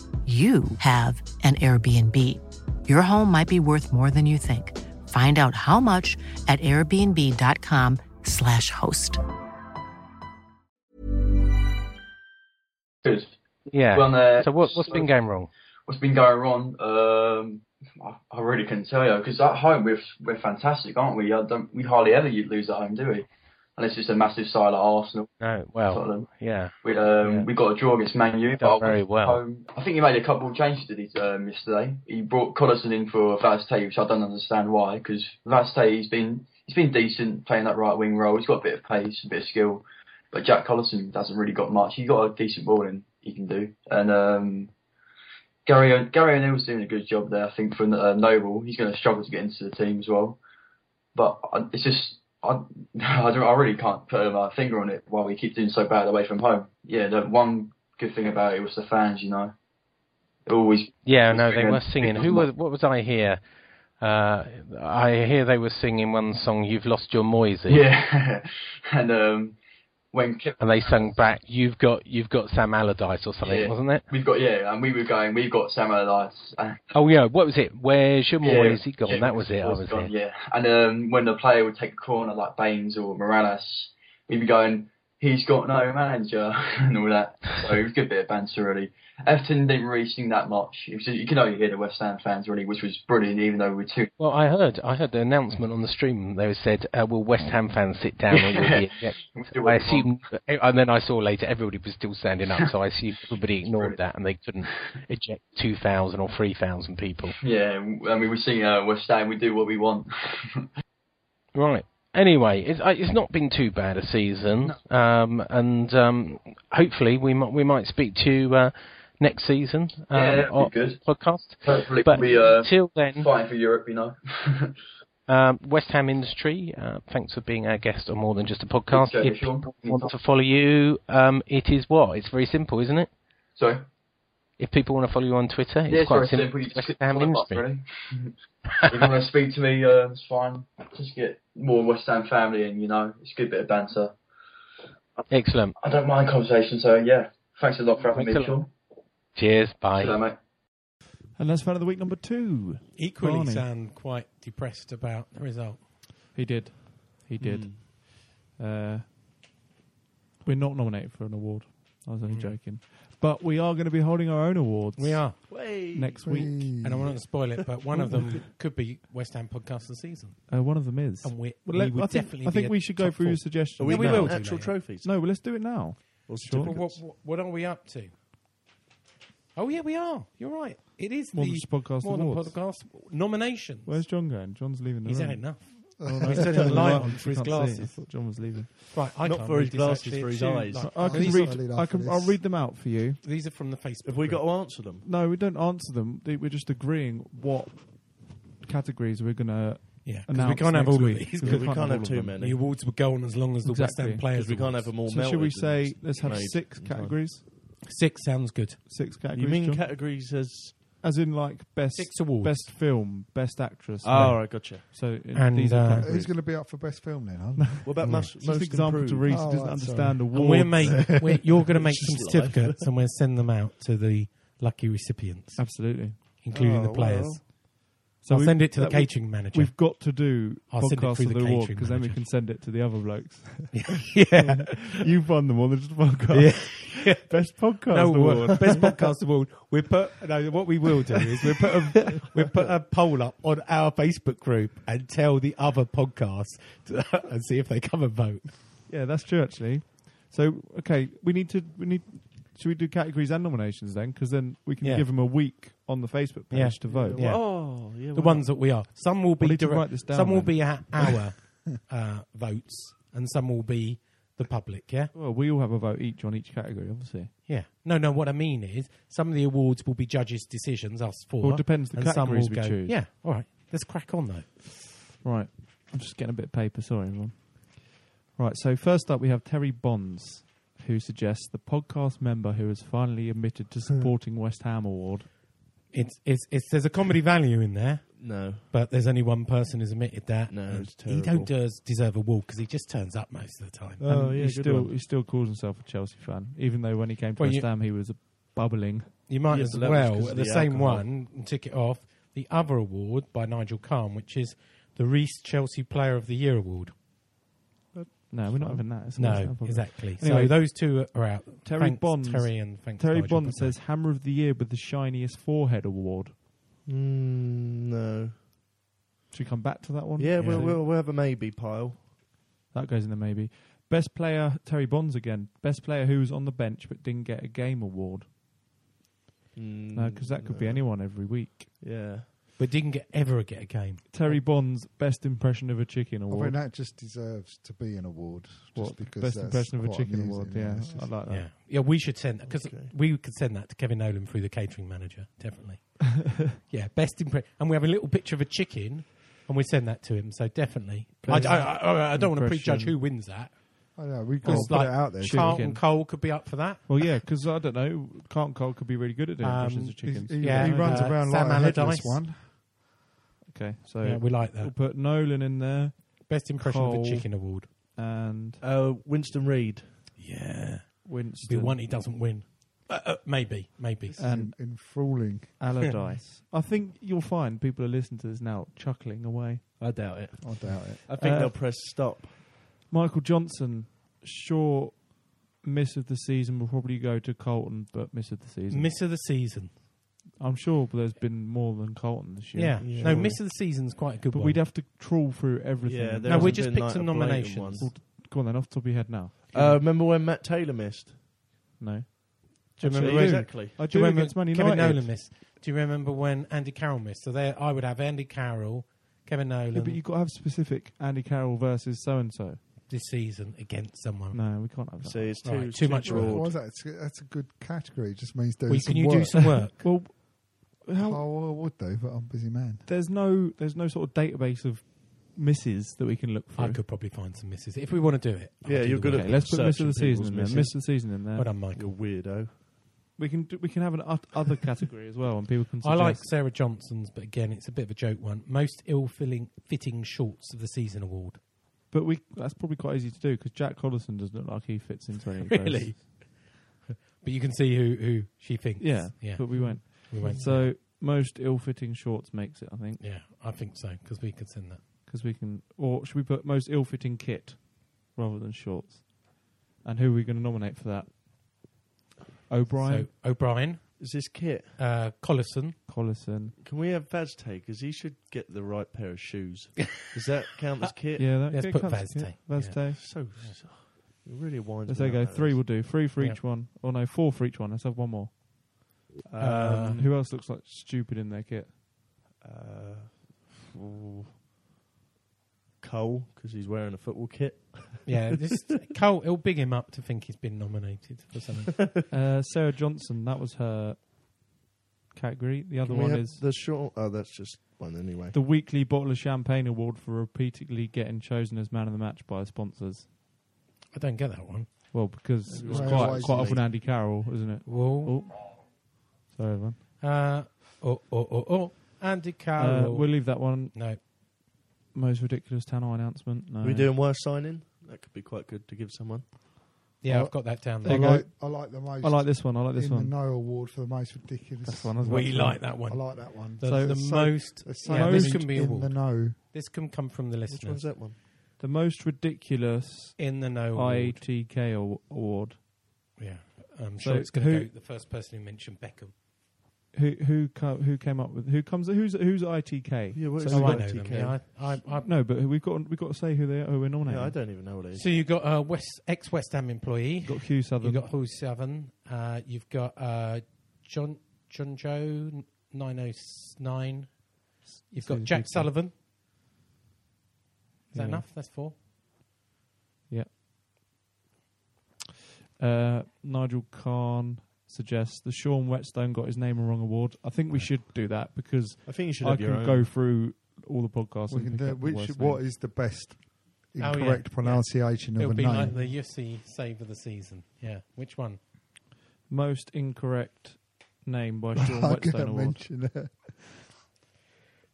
you have an Airbnb. Your home might be worth more than you think. Find out how much at airbnb.com/slash host.
good.
Yeah.
Well, uh,
so what, what's been going wrong?
what's been going wrong? Um, I, I really couldn't tell you because at home we're we're fantastic, aren't we? I don't, we hardly ever lose at home, do we? Unless it's a massive side like Arsenal.
No. Well.
Tottenham.
Yeah.
We um,
Yeah.
we got a draw against Man U.
Done
but
very well.
Um, I think he made a couple of changes to these um, yesterday. He brought Collison in for Vazte, which I don't understand why, because Vazte he's been he's been decent playing that right wing role. He's got a bit of pace, a bit of skill, but Jack Collison hasn't really got much. He got a decent ball in he can do, and um, Gary O- Gary O'Neill's doing a good job there. I think from uh, Noble, he's going to struggle to get into the team as well. But I, it's just I [laughs] I, don't, I really can't put my finger on it why we keep doing so bad away from home. Yeah, the one good thing about it was the fans, you know. It always
Yeah,
it's
no, they
been-
were singing.
it's
Who
not-
was? What was I here? Uh, I hear they were singing one song. You've lost your Moisey. [laughs]
yeah, [laughs] and um when Kev-
And they sung back. You've got. You've got Sam Allardyce or something,
yeah,
wasn't it?
We've got yeah, and we were going. We've got Sam Allardyce. uh, and-
Oh yeah. What was it? Where's your
Yeah,
Moisey gone?
yeah,
that was it. I
Moisey
was
gone,
here.
Yeah, and um, when the player would take a corner like Baines or Morales, we'd be going, "He's got no manager" [laughs] and all that. So it was a good bit of banter really. Everton didn't really sing that much. It was, you can only hear the West Ham fans really, which was brilliant, even though we were two
Well, I heard. I heard the announcement on the stream. They said, uh, "Will West Ham fans sit down?" And we'll be
[laughs]
ejected?" I assumed, and then I saw later everybody was still standing up, so I assumed
[laughs]
everybody ignored that and they couldn't eject two thousand or three thousand people.
Yeah, I mean, we sing uh, West Ham, we do what we want.
Right. Anyway, it's uh, it's not been too bad a season, um, and um, hopefully we might we might speak to you uh, next season um,
Yeah, that'd be
on
good.
podcast.
Hopefully,
But
we uh,
till then,
fighting for Europe, you know.
Um, West Ham Industry, uh, thanks for being our guest on More Than Just a Podcast.
Okay,
if
sure.
people want to follow you, um, it is what? It's very simple, isn't it?
Sorry.
If people want to follow you on Twitter, it's
yeah,
quite
sorry, simple.
simple.
You just
West
click
[laughs]
the
Ham
follow button,
Industry.
really. [laughs] if you want to speak to me, uh, it's fine. Just get more West Ham family, and you know, it's a good bit of banter.
Excellent.
I don't mind conversation, so yeah. Thanks a lot for having
Thanks a
me,
lot.
Sean.
Cheers. Bye.
Hello, mate.
And that's fan of the week number two.
Equally,
Barney.
sound quite depressed about the result.
He did. He did.
Hmm.
Uh, we're not nominated for an award. I was only joking. But we are going to be holding our own awards.
Hmm. We are
next week.
and I am not going to spoil it, but one of
[laughs]
them could be West Ham podcast of the season.
Uh, one of them is.
And we-
Well,
we
let-
would
I think,
definitely
I
be
think
a
we should go
top
through
four.
your suggestions.
Are we
now.
now? Actual trophies?
No, well, let's do it now. Sure.
Well, what, what, what are we up to? Oh yeah, we are. You're right. It is
More than
the
just podcast
more than
awards.
podcast nomination.
Where's John going? John's leaving the
He's
room.
had enough. [laughs]
Oh, no,
He's turning
turning
the light
light
on
I
for his
can't see. I
glasses.
thought John was leaving.
Right, I
Not
can't
for
read
his
this,
glasses,
actually.
for his
It's you,
eyes.
like-
I
Oh,
can
he's not
read.
really
I
up for
can.
this.
I'll read them out for you.
These are from the Facebook.
Have we
group.
got to answer them?
No, we don't answer them. They- We're just agreeing what categories we're going to.
Yeah, 'cause
announce
we can't have all
next
of
week.
these.
[laughs] 'Cause
Yeah, we can't have
all of
too
them.
many.
The awards were going as long as the West
Exactly.
Ham players.
'Cause we can't have them all
So should we
melted and
say let's have
made
six
in time.
categories?
Six sounds good.
Six categories.
You mean
John?
categories as
as in like best
Six awards. Ah,
best film, best actress.
Oh, all right, gotcha.
So it-
And,
these
uh,
are
Uh, Who's
categories.
going to be up for best film then? Huh?
What about most,
Just an
most
example
improved?
to Reese
Oh,
who doesn't
right,
understand
And we're
awards. [laughs]
make, we're, you're going to make some
Just life.
certificates and we'll send them out to the lucky recipients,
Absolutely.
including
Oh,
the players.
well.
So I'll
we-
send it to the
that we-
catering manager.
We've [laughs] got to do
I'll send it
podcast
through
of the,
the
award
catering
because then we
manager.
can send it to the other blokes.
[laughs]
[laughs]
yeah,
You've won them all. They're just [laughs] podcast. Best podcast
no,
award.
well,
[laughs]
best podcast award. We put no, what we will do is we put a, we put a poll up on our Facebook group and tell the other podcasts to, [laughs] and see if they come and vote.
Yeah, that's true actually. So okay, we need to we need should we do categories and nominations then? Because then we can
Yeah.
give them a week on the Facebook page
Yeah.
to vote.
Yeah.
Oh, yeah.
the
why
ones that we are. Some will be
We'll need to
direct-
write this down
some will
then.
be
[laughs]
our, our uh, votes, and some will be the public. Yeah,
Well, we all have a vote each on each category, obviously.
yeah. No, no. What I mean is, some of the awards will be judges' decisions. Us four.
Well, it depends the
and some
categories
will
we
go-
choose.
Yeah. All right. Let's crack on though.
Right. I'm just getting a bit of paper. Sorry, everyone. Right. So first up, we have Terry Bonds, who suggests the podcast member who is finally admitted
[laughs]
to supporting West Ham award.
It's, it's it's there's a comedy value in there,
not? No.
but there's only one person who's admitted that.
No,
and
it's
he
terrible.
don't does deserve a wall because he just turns up most of the time.
Oh,
And
yeah,
He
good
still
one.
he still calls himself a Chelsea fan, even though when he came to
Well,
West
you-
Ham, he was a bubbling.
You might
Yeah,
as
but that was 'cause
well,
of
the,
the
same
alcohol.
one, and tick it off. The other award by Nigel Kahn, which is the Reese Chelsea Player of the Year award.
No, we're not having that. It's a West Ham
No,
podcast.
exactly.
Anyway,
so those two are out.
Terry
Thanks,
Bonds-
Terry and thanks,
Terry
Nigel,
Bond
for
says Hammer of the Year with the shiniest forehead award.
Mm, no.
Should we come back to that one?
Yeah, We'll, we'll, we'll have a maybe pile.
That goes in the maybe. Best player, Terry Bonds again. Best player who was on the bench but didn't get a game award.
Mm,
No, because that could be
no.
anyone every week.
Yeah.
that. But didn't get ever get a game.
Terry Bonds, best impression of a chicken
I mean,
award.
that just deserves to be an award. Just
What?
because
best
that's
impression of a
quite
chicken
amusing,
award.
yeah,
Yeah,
it's just-
I like
Yeah,
that.
yeah. We should send that because
Okay.
we could send that to Kevin Nolan through the catering manager, definitely. [laughs] yeah, best impression. And we have a little picture of a chicken, and we send that to him. So definitely, I,
Best
I, I, I don't want to
impression.
prejudge who wins that.
I know we've got to
Because
put it out there.
Chicken.
Carlton Cole could be up for that.
Well, yeah, because I don't know, Carlton Cole could be really good at doing
Um,
impressions of
He,
chickens.
he,
Yeah,
he runs
uh,
around
Sam
like a headless
Allardyce.
one.
Okay, so
Yeah, we like
we'll
that.
put Nolan in there
Best impression of
Cole.
a chicken award.
and
Uh, Winston Reed.
Yeah, be
Winston
one he doesn't win. Uh, uh, maybe, maybe.
and
in, enthralling.
Allardyce. [laughs] I think you'll find people are listening to this now chuckling away.
I doubt it.
I doubt it.
I think
Uh,
they'll press stop.
Michael Johnson, sure, miss of the season will probably go to Colton, but miss of the season.
Miss of the season.
I'm sure there's been more than Colton this year.
Yeah.
Yeah.
No, Miss of the Season's quite a good
But
one.
we'd have to trawl through everything.
Yeah, there
No, we
hasn't
just
been,
picked
like,
some
a blatant
nominations.
one.
Well, Go on then, off the top of your head now.
Uh, remember when Matt Taylor missed?
No.
do you
Actually,
remember?
exactly?
I
Do you
do
remember
against Man
Kevin
United.
Nolan missed? Do you remember when Andy Carroll missed? So there, I would have Andy Carroll, Kevin Nolan
Yeah, Uh, but you've got to have specific Andy Carroll versus so and so.
this season against someone.
No, we can't have that.
See, it's too,
Right, too much
broad.
work.
Why is that? It's, that's a good category. It just means doing
Well,
some
can you
work.
do some
[laughs]
work?
Well, how,
Oh, I would do, but I'm a busy man.
there's no there's no sort of database of misses that we can look for.
I could probably find some misses if we want to do it. I'll
Yeah,
do
you're
the
good
work.
okay, let's put miss of the
searching
season
people's
in there.
misses.
Miss of the season in there.
Well done, Michael.
You're weirdo.
We can do, we can have an ut- other category as well, and people
[laughs]
can.
I
Suggest.
like Sarah Johnson's, but again, it's a bit of a joke one. Most ill-fitting fitting shorts of the season award.
but we that's probably quite easy to do because Jack Collison doesn't look like he fits into any. of those.
[laughs] Really? but you can see who, who she thinks.
Yeah,
yeah.
But we won't.
We won't.
So most ill-fitting shorts makes it. I think.
Yeah, I think so because we could send that.
Because we can, or should we put most ill-fitting kit rather than shorts? And who are we going to nominate for that? O'Brien.
So O'Brien,
Is this kit?
uh, Collison.
Collison.
Can we have Vaz take? Because he should get the right pair of
[laughs]
shoes. Does that count
Uh,
as kit?
Yeah, that- Let's yeah, put counts as Vaz kit. Vaz
Yeah.
take.
So, so it really winds.
Let's
me
say
up,
go
that
three.
is.
We'll do three for each
Yeah.
one. Or no, four for each one. Let's have one more. Um,
Uh,
who else looks like stupid in their kit?
Uh, ooh. Cole, because he's wearing a
[laughs]
football kit.
Yeah, this Cole. It'll big him up to think he's been nominated for
[laughs]
something.
uh, Sarah Johnson. That was her category. The other
Can we
one
have
is
the short. Oh, that's just one anyway.
the weekly bottle of champagne award for repeatedly getting chosen as man of the match by sponsors.
I don't get that one.
Well, because it's
Right.
quite
Wisely.
quite often Andy Carroll, isn't it? Oh.
Whoa.
Sorry, everyone.
Uh, oh, oh, oh, oh. Andy
Uh,
Carroll.
we'll leave that one.
No.
Most ridiculous Tannoy announcement. No.
Are we doing worst signing? That could be quite good to give someone. Oh,
yeah,
I-
I've got that down
I
there.
like, I like the most.
I like this one. I like this
in
one.
The No award for the most ridiculous.
That's one, isn't
We like that one.
I like that one.
The,
So-
the
so-
most.
there's so
Yeah, this
many
can be
in
award.
the know.
This can come from the listeners.
Which one's that one?
The most ridiculous
In the know. award.
IATK aw- award.
Yeah, I'm
So
sure it's going to
who-
go the first person who mentioned Beckham.
Who who co- who came up with who comes who's who's ITK?
Yeah, what
So
is
Oh, I
we've
know
got-
them. Yeah, I, I, I,
No, but we've got we've got to say who they are. Who we're nominating.
Yeah, I don't even know what it is.
So you got a West ex West Ham employee.
Got Hugh Southern.
You've got Hugh Southern. Uh, you've got uh, John John Joe nine oh nine. You've
See
got
the
Jack
people.
Sullivan. Is that
Yeah.
enough? That's four.
Uh, Nigel Kahn suggests the Sean Whetstone got his name wrong award. I think we should do that because
I think you should
I
have your
can
own.
go through all the podcasts.
We can
and pick
do,
up the
which,
worst
what
name.
is the best
Oh, yeah.
incorrect
Yeah.
pronunciation of
It'll
a
be
name?
like the Yussi save of the season. Yeah, which one?
most incorrect name by
[laughs]
Sean
I'm
Whetstone
going to
award?
mention it.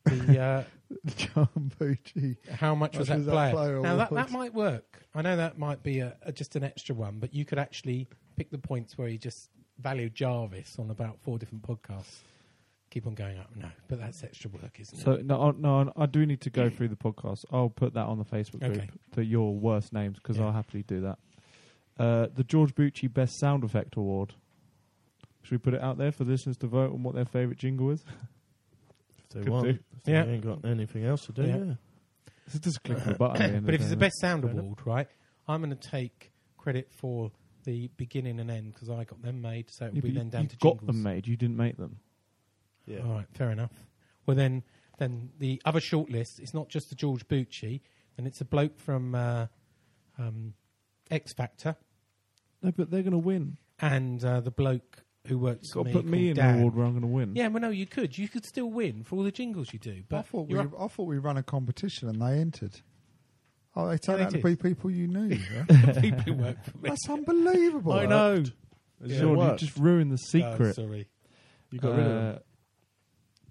The uh,
[laughs] John Bucci.
how much was that
was that
player?
player
now that,
award?
that might work. I know that might be a, a, just an extra one, but you could actually pick the points where you just value Jarvis on about four different podcasts. Keep on going up. No, but that's extra work, isn't
So
it?
no, I- no, I do need to go through the podcast. I'll put that on the Facebook group
Okay.
for your worst names because
Yeah.
I'll happily do that. Uh, the George Bucci Best Sound Effect Award. Should we put it out there for listeners to vote on what their favourite jingle is?
If they
Could
want.
do.
If they
Yeah.
ain't got anything else to do.
Yeah.
Yeah.
just click the button. at the end
but if
of
it's the
it.
best sound
Fair enough.
award, right? I'm going to take credit for the beginning and end because I got them made. So it'll
Yeah,
be
but you-
then down
you
to
got
jingles.
them made. You didn't make them.
Yeah.
All right, fair enough. Well, then, then the other shortlist. It's not just the George Bucci, and it's a bloke from uh, um, X Factor,
No, but they're going to win.
and uh, the bloke who works.
Got
for
to put me in
called
an
Dan.
award where I'm going to win.
Yeah, well, no, you could. You could still win for all the jingles you do. But
I thought we
you're
I thought we ran a competition and they entered. Oh, they turned
they
out to
did.
be people you
[laughs]
knew. yeah?
up- people who work
[laughs]
for me.
That's unbelievable.
I know.
Yeah.
Sean, you
Worked.
just ruined the
Oh,
secret.
sorry.
You got rid of them.
Uh,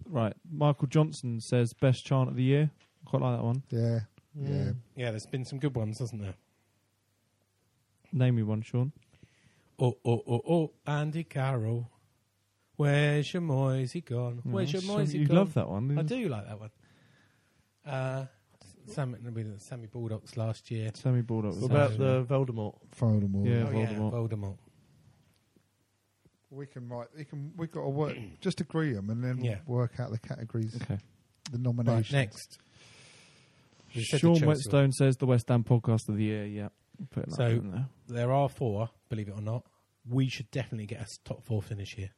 Right. Michael Johnson says best chant of the year. Quite like that one.
Yeah, yeah.
Yeah, there's been some good ones, hasn't there?
Name me one, Sean.
Oh, oh, oh, oh, Andy Carroll. Where's your Moisey gone? Where's your
so
Moisey
you
gone?
love that one.
I do like that one. Uh, Sam, it'll be the Sammy Bulldogs last year.
Sammy Bulldog. was
What
that.
about the Voldemort?
Fold them all.
Yeah.
oh, yeah,
Voldemort.
Voldemort.
We can write. We can. We got to work. Just agree them and then
Yeah.
work out the categories,
Okay.
the
Right,
nominations.
next. You said the
Sean
Chelsea
Whetstone says the West Ham podcast of the year. Yeah. Put that
So-
in there.
There are four, believe it or not. We should definitely get a s- top four finish here.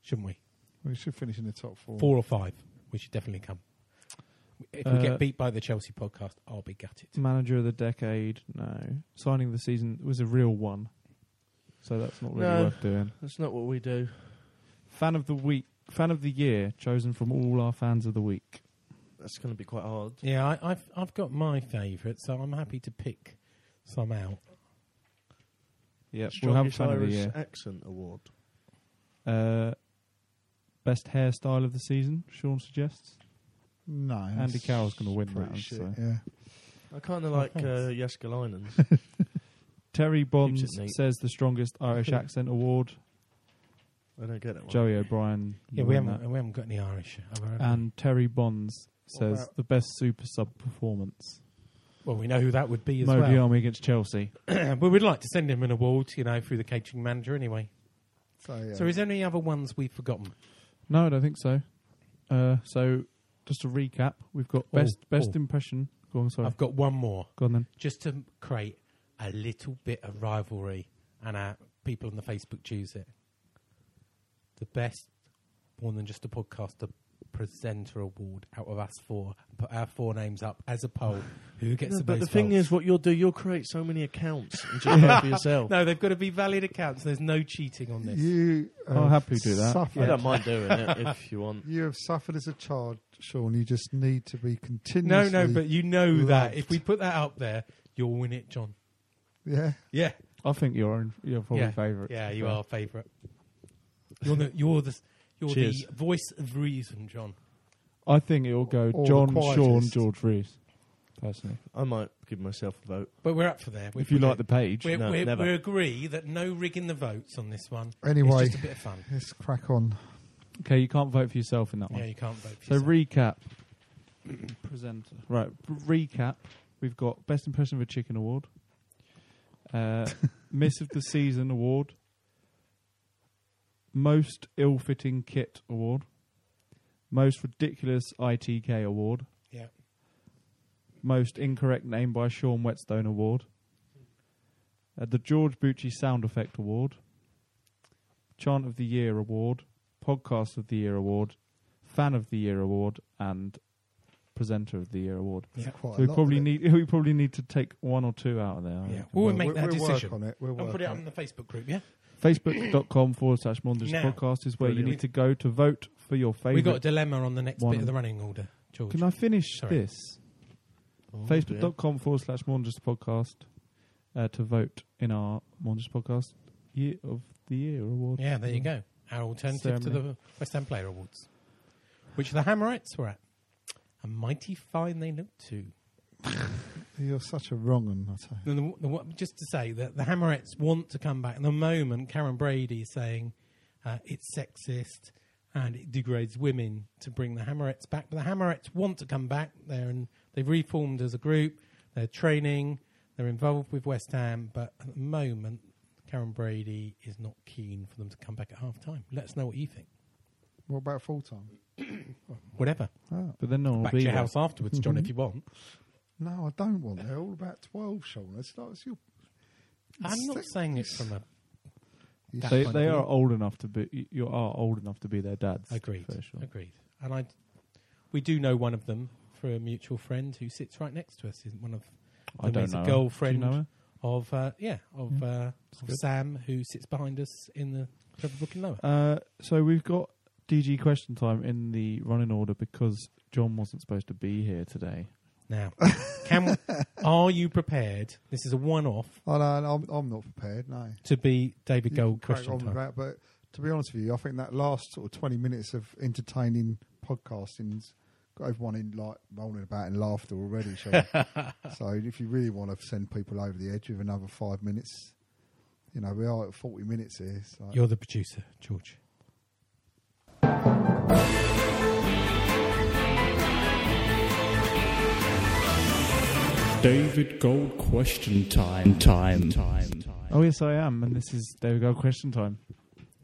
Shouldn't we?
We should finish in the top four.
Four or five. We should definitely come. If we
Uh,
get beat by the Chelsea podcast, I'll be gutted.
Manager of the decade. No. Signing of the season was a real one. So that's not really
No.
worth doing.
That's not what we do.
Fan of the week. Fan of the year chosen from all our fans of the week.
That's going to be quite hard.
Yeah, I, I've I've got my favourite, so I'm happy to pick some out.
Yeah. We'll have
Strongest
fan of the
Irish
year.
accent award.
Uh, best hairstyle of the season. Sean suggests.
No,
Andy
that's
Carroll's going to win that.
pretty
one,
shit,
so.
Yeah.
I kind
Oh,
of like
thanks.
uh, Jaskalainen.
[laughs] Terry Bonds
Keeps it neat.
says the strongest Irish accent award.
I don't get that one.
Joey O'Brien.
Yeah, we haven't we haven't got any Irish. have we?
And Terry Bonds says
about-
the best super sub performance.
well, we know who that would be as
Mo
well.
Guillaume
[clears throat]
against Chelsea.
but we'd like to send him an award, you know, through the coaching manager anyway.
So, yeah.
So, is there any other ones we've forgotten?
No, I don't think so. Uh, so, just to recap, we've got
Oh,
best best
oh.
impression. Go on, sorry.
I've got one more.
Go on then.
Just to create a little bit of rivalry, and uh, people on the Facebook choose it. The best, more than just a podcaster, presenter award out of us four. Put our four names up as a poll. Who gets
No,
the
but
most
the thing
votes?
is, what you'll do, you'll create so many accounts
[laughs]
and just vote for yourself.
No, they've got to be valid accounts. There's no cheating on this.
You
I'll
have
happily do that.
suffered-
I don't mind doing it if you want.
You have suffered as a child, Sean. You just need to be
No,
continuously.
no, but you know that
loved.
if we put that up there, you'll win it, John.
yeah,
Yeah.
I think you're in, you're probably
yeah.
favourite.
Yeah, you are favourite. You're the you're the you're
Cheers.
the voice of reason, John.
I think it will go
Or the
John, Sean,
quietest.
George Reeves. Personally,
I might give myself a vote.
But we're up for there. We're
If you
for
like
there.
the page.
we're,
No,
we're,
never.
we agree that no rigging the votes on this one.
Anyway,
it's just a bit of fun.
Let's crack on.
okay, you can't vote for yourself in that
Yeah,
one.
you can't vote for
So recap. Presenter. Right, b- recap. We've got best impression of a chicken award,
[laughs]
uh, miss of the season award, most ill-fitting kit award, most ridiculous ITK award,
Yeah.
most incorrect name by Sean Whetstone award, uh, the George Bucci sound effect award, chant of the year award, podcast of the year award, fan of the year award, and presenter of the year award.
Yeah. Quite a
so we
lot,
probably
isn't
need [laughs] we probably need to take one or two out of there. I
Yeah,
reckon.
we'll, make that
we'll work
decision
on it, we'll
and
work
put it
on
up
it.
in the Facebook group. Yeah,
Facebook.com forward slash Mondays
Now.
podcast is where you
Brilliant.
need to go to vote for your favourite.
we got a dilemma on the next
one.
bit of the running order, George.
Can I finish
Sorry. Oh,
this? Facebook.com forward slash Maunders podcast uh, to vote in our Maunders podcast Year of the Year award.
Yeah, there you go. Our alternative to
Ceremony.
the West Ham Player Awards, which the Hammerites were at. A mighty fine they look too.
You're such a wrong one. I tell you.
The, the, the, just to say that the Hammerettes want to come back. And the moment Karen Brady is saying uh, it's sexist and it degrades women to bring the Hammerettes back. But the Hammerettes want to come back. They're in, they've reformed as a group. They're training. They're involved with West Ham. But at the moment, Karen Brady is not keen for them to come back at half time. Let us know what you think.
What about full time?
Whatever.
Ah, But then no one will
back
be
to your
there.
house afterwards, John,
[laughs]
if you want.
No, I don't want that. They're all about twelve, Sean. It's not. It's your.
I'm not saying it from a. that
They,
point
they
of view.
are old enough to be. You you are old enough to be their dads.
Agreed.
for sure.
Agreed. And I, we do know one of them through a mutual friend who sits right next to us. Is one of
I
them
don't
is
know
a
her.
girlfriend
Do you know her?
of uh, yeah of
Yeah.
Uh, of
good.
Sam who sits behind us in the Trevor Brooking Lower.
Uh, so we've got DG question time in the running order because John wasn't supposed to be here today.
Now, can are you prepared? This is a one-off
Oh no, no, I'm, I'm not prepared. No.
to be David
You can
Gold
crack
question
on
time.
with that, but to be honest with you, I think that last sort of twenty minutes of entertaining podcasting's got everyone in like rolling about in laughter already.
[laughs]
Sean. so if you really want to send people over the edge with another five minutes, you know we are at forty minutes here. So.
You're the producer, George.
David Gold question time. Time. Time.
[laughs] Oh yes, I am, and this is there we go. Question time.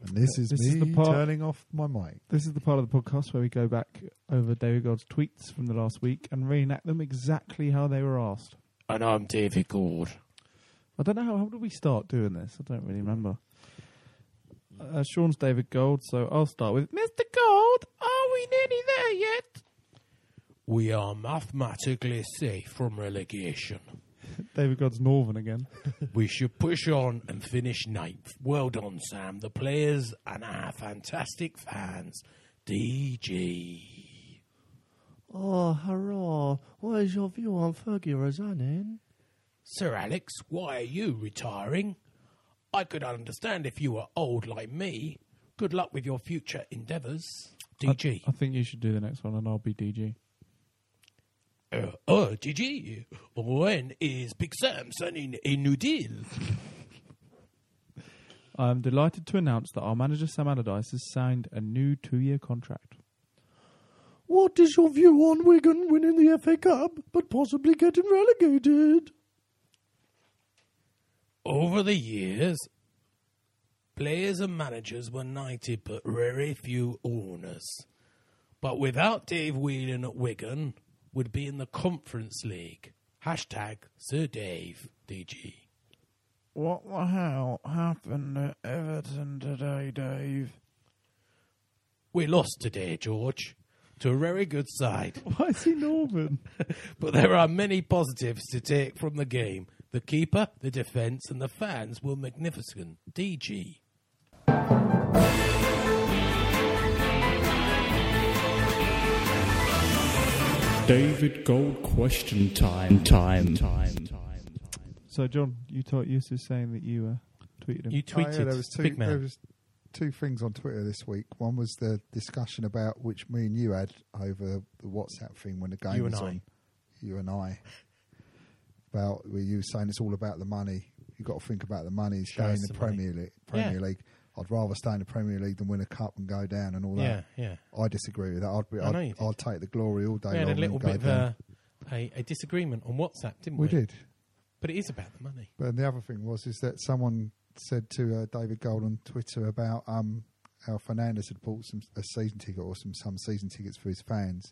And this is me turning off my mic.
This is the part of the podcast where we go back over David Gold's tweets from the last week and reenact them exactly how they were asked.
And I'm David Gold.
I don't know how, how did we start doing this. I don't really remember. Uh, Sean's David Gold, so I'll start with Mr. Gold. Are we nearly there yet?
We are mathematically safe from relegation.
[laughs] David Gold's Northern again.
[laughs] We should push on and finish ninth. Well done, Sam. The players and our fantastic fans. DG.
Oh, hurrah. What is your view on Fergie resigning?
Sir Alex, why are you retiring? I could understand if you were old like me. Good luck with your future endeavours. DG.
I, I think you should do the next one, and I'll be DG.
Uh, oh, DG. When is Big Sam signing a new deal?
I am delighted to announce that our manager Sam Allardyce has signed a new two-year contract.
What is your view on Wigan winning the FA Cup but possibly getting relegated?
Over the years, players and managers were knighted, but very few owners. But without Dave Whelan at Wigan, would be in the Conference League. Hashtag Sir Dave DG.
What the hell happened at Everton today,
[laughs]
Dave?
We lost today, George, to a very good side.
Why is he Norman?
[laughs] but there are many positives to take from the game. The keeper, the defence, and the fans were magnificent. DG.
David Gold question time. Time. Time.
So, John, you thought you were saying that you uh, tweeted him.
Oh, yeah, there was two. There was two things on Twitter this week. One was the discussion about which me and you had over the WhatsApp thing when the game
You
was
and I.
on. You and I. About where you were saying it's all about the money. You got to think about the money. Stay
Show
in
us
the
the money.
Premier League. Premier
Yeah.
League. I'd rather stay in the Premier League than win a cup and go down and all that.
Yeah,
I disagree with that. I'd, be,
I know you
I'd, I'd take the glory all day
We had
long.
a little
and go
bit of
down.
a, a, a disagreement on WhatsApp, didn't
We
we?
did.
But it is about the money.
But the other thing was is that someone said to uh, David Gold on Twitter about um, how Fernandez had bought some a season ticket or some some season tickets for his fans,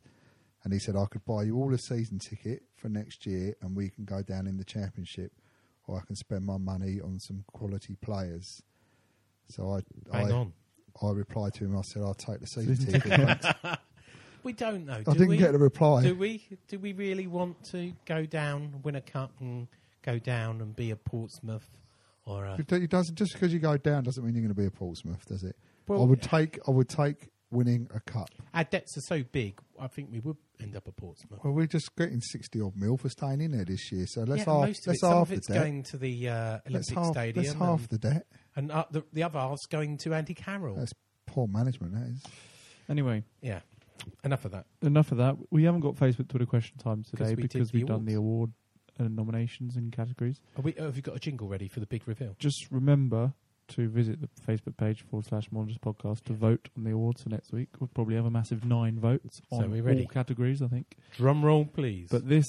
and he said I could buy you all a season ticket for next year, and we can go down in the championship, or I can spend my money on some quality players. So I I,
Bang on.
I replied to him. I said I'll take the season
Season
ticket.
ticket.
thanks."
[laughs] We don't know.
I
do
didn't
we?
get a reply.
Do we? Do we really want to go down, win a cup, and go down and be a Portsmouth or a?
It do- it doesn't just because you go down doesn't mean you're going to be a Portsmouth, does it?
Well-
I would take I would take winning a cup.
Our debts are so big. I think we would end up a Portsmouth.
Well, we're just getting sixty odd mil for staying in there this year, so let's
yeah,
half
most of it.
let's
Some
half
of it's
the debt.
going to the uh, Olympic
Let's half- let's
Stadium.
half
and-
the debt.
and uh, the, the other half's going to Andy Carroll.
That's poor management. That is.
Anyway,
yeah, enough of that.
enough of that. We haven't got Facebook Twitter question time today
'Cause we did
because
the
we've done the award and nominations and categories.
Are we, have you got a jingle ready for the big reveal?
Just remember to visit the Facebook page forward slash Monitors Podcast to vote on the awards for next week. We'll probably have a massive nine votes
So
on
we ready?
all categories, I think.
Drum roll, please.
But this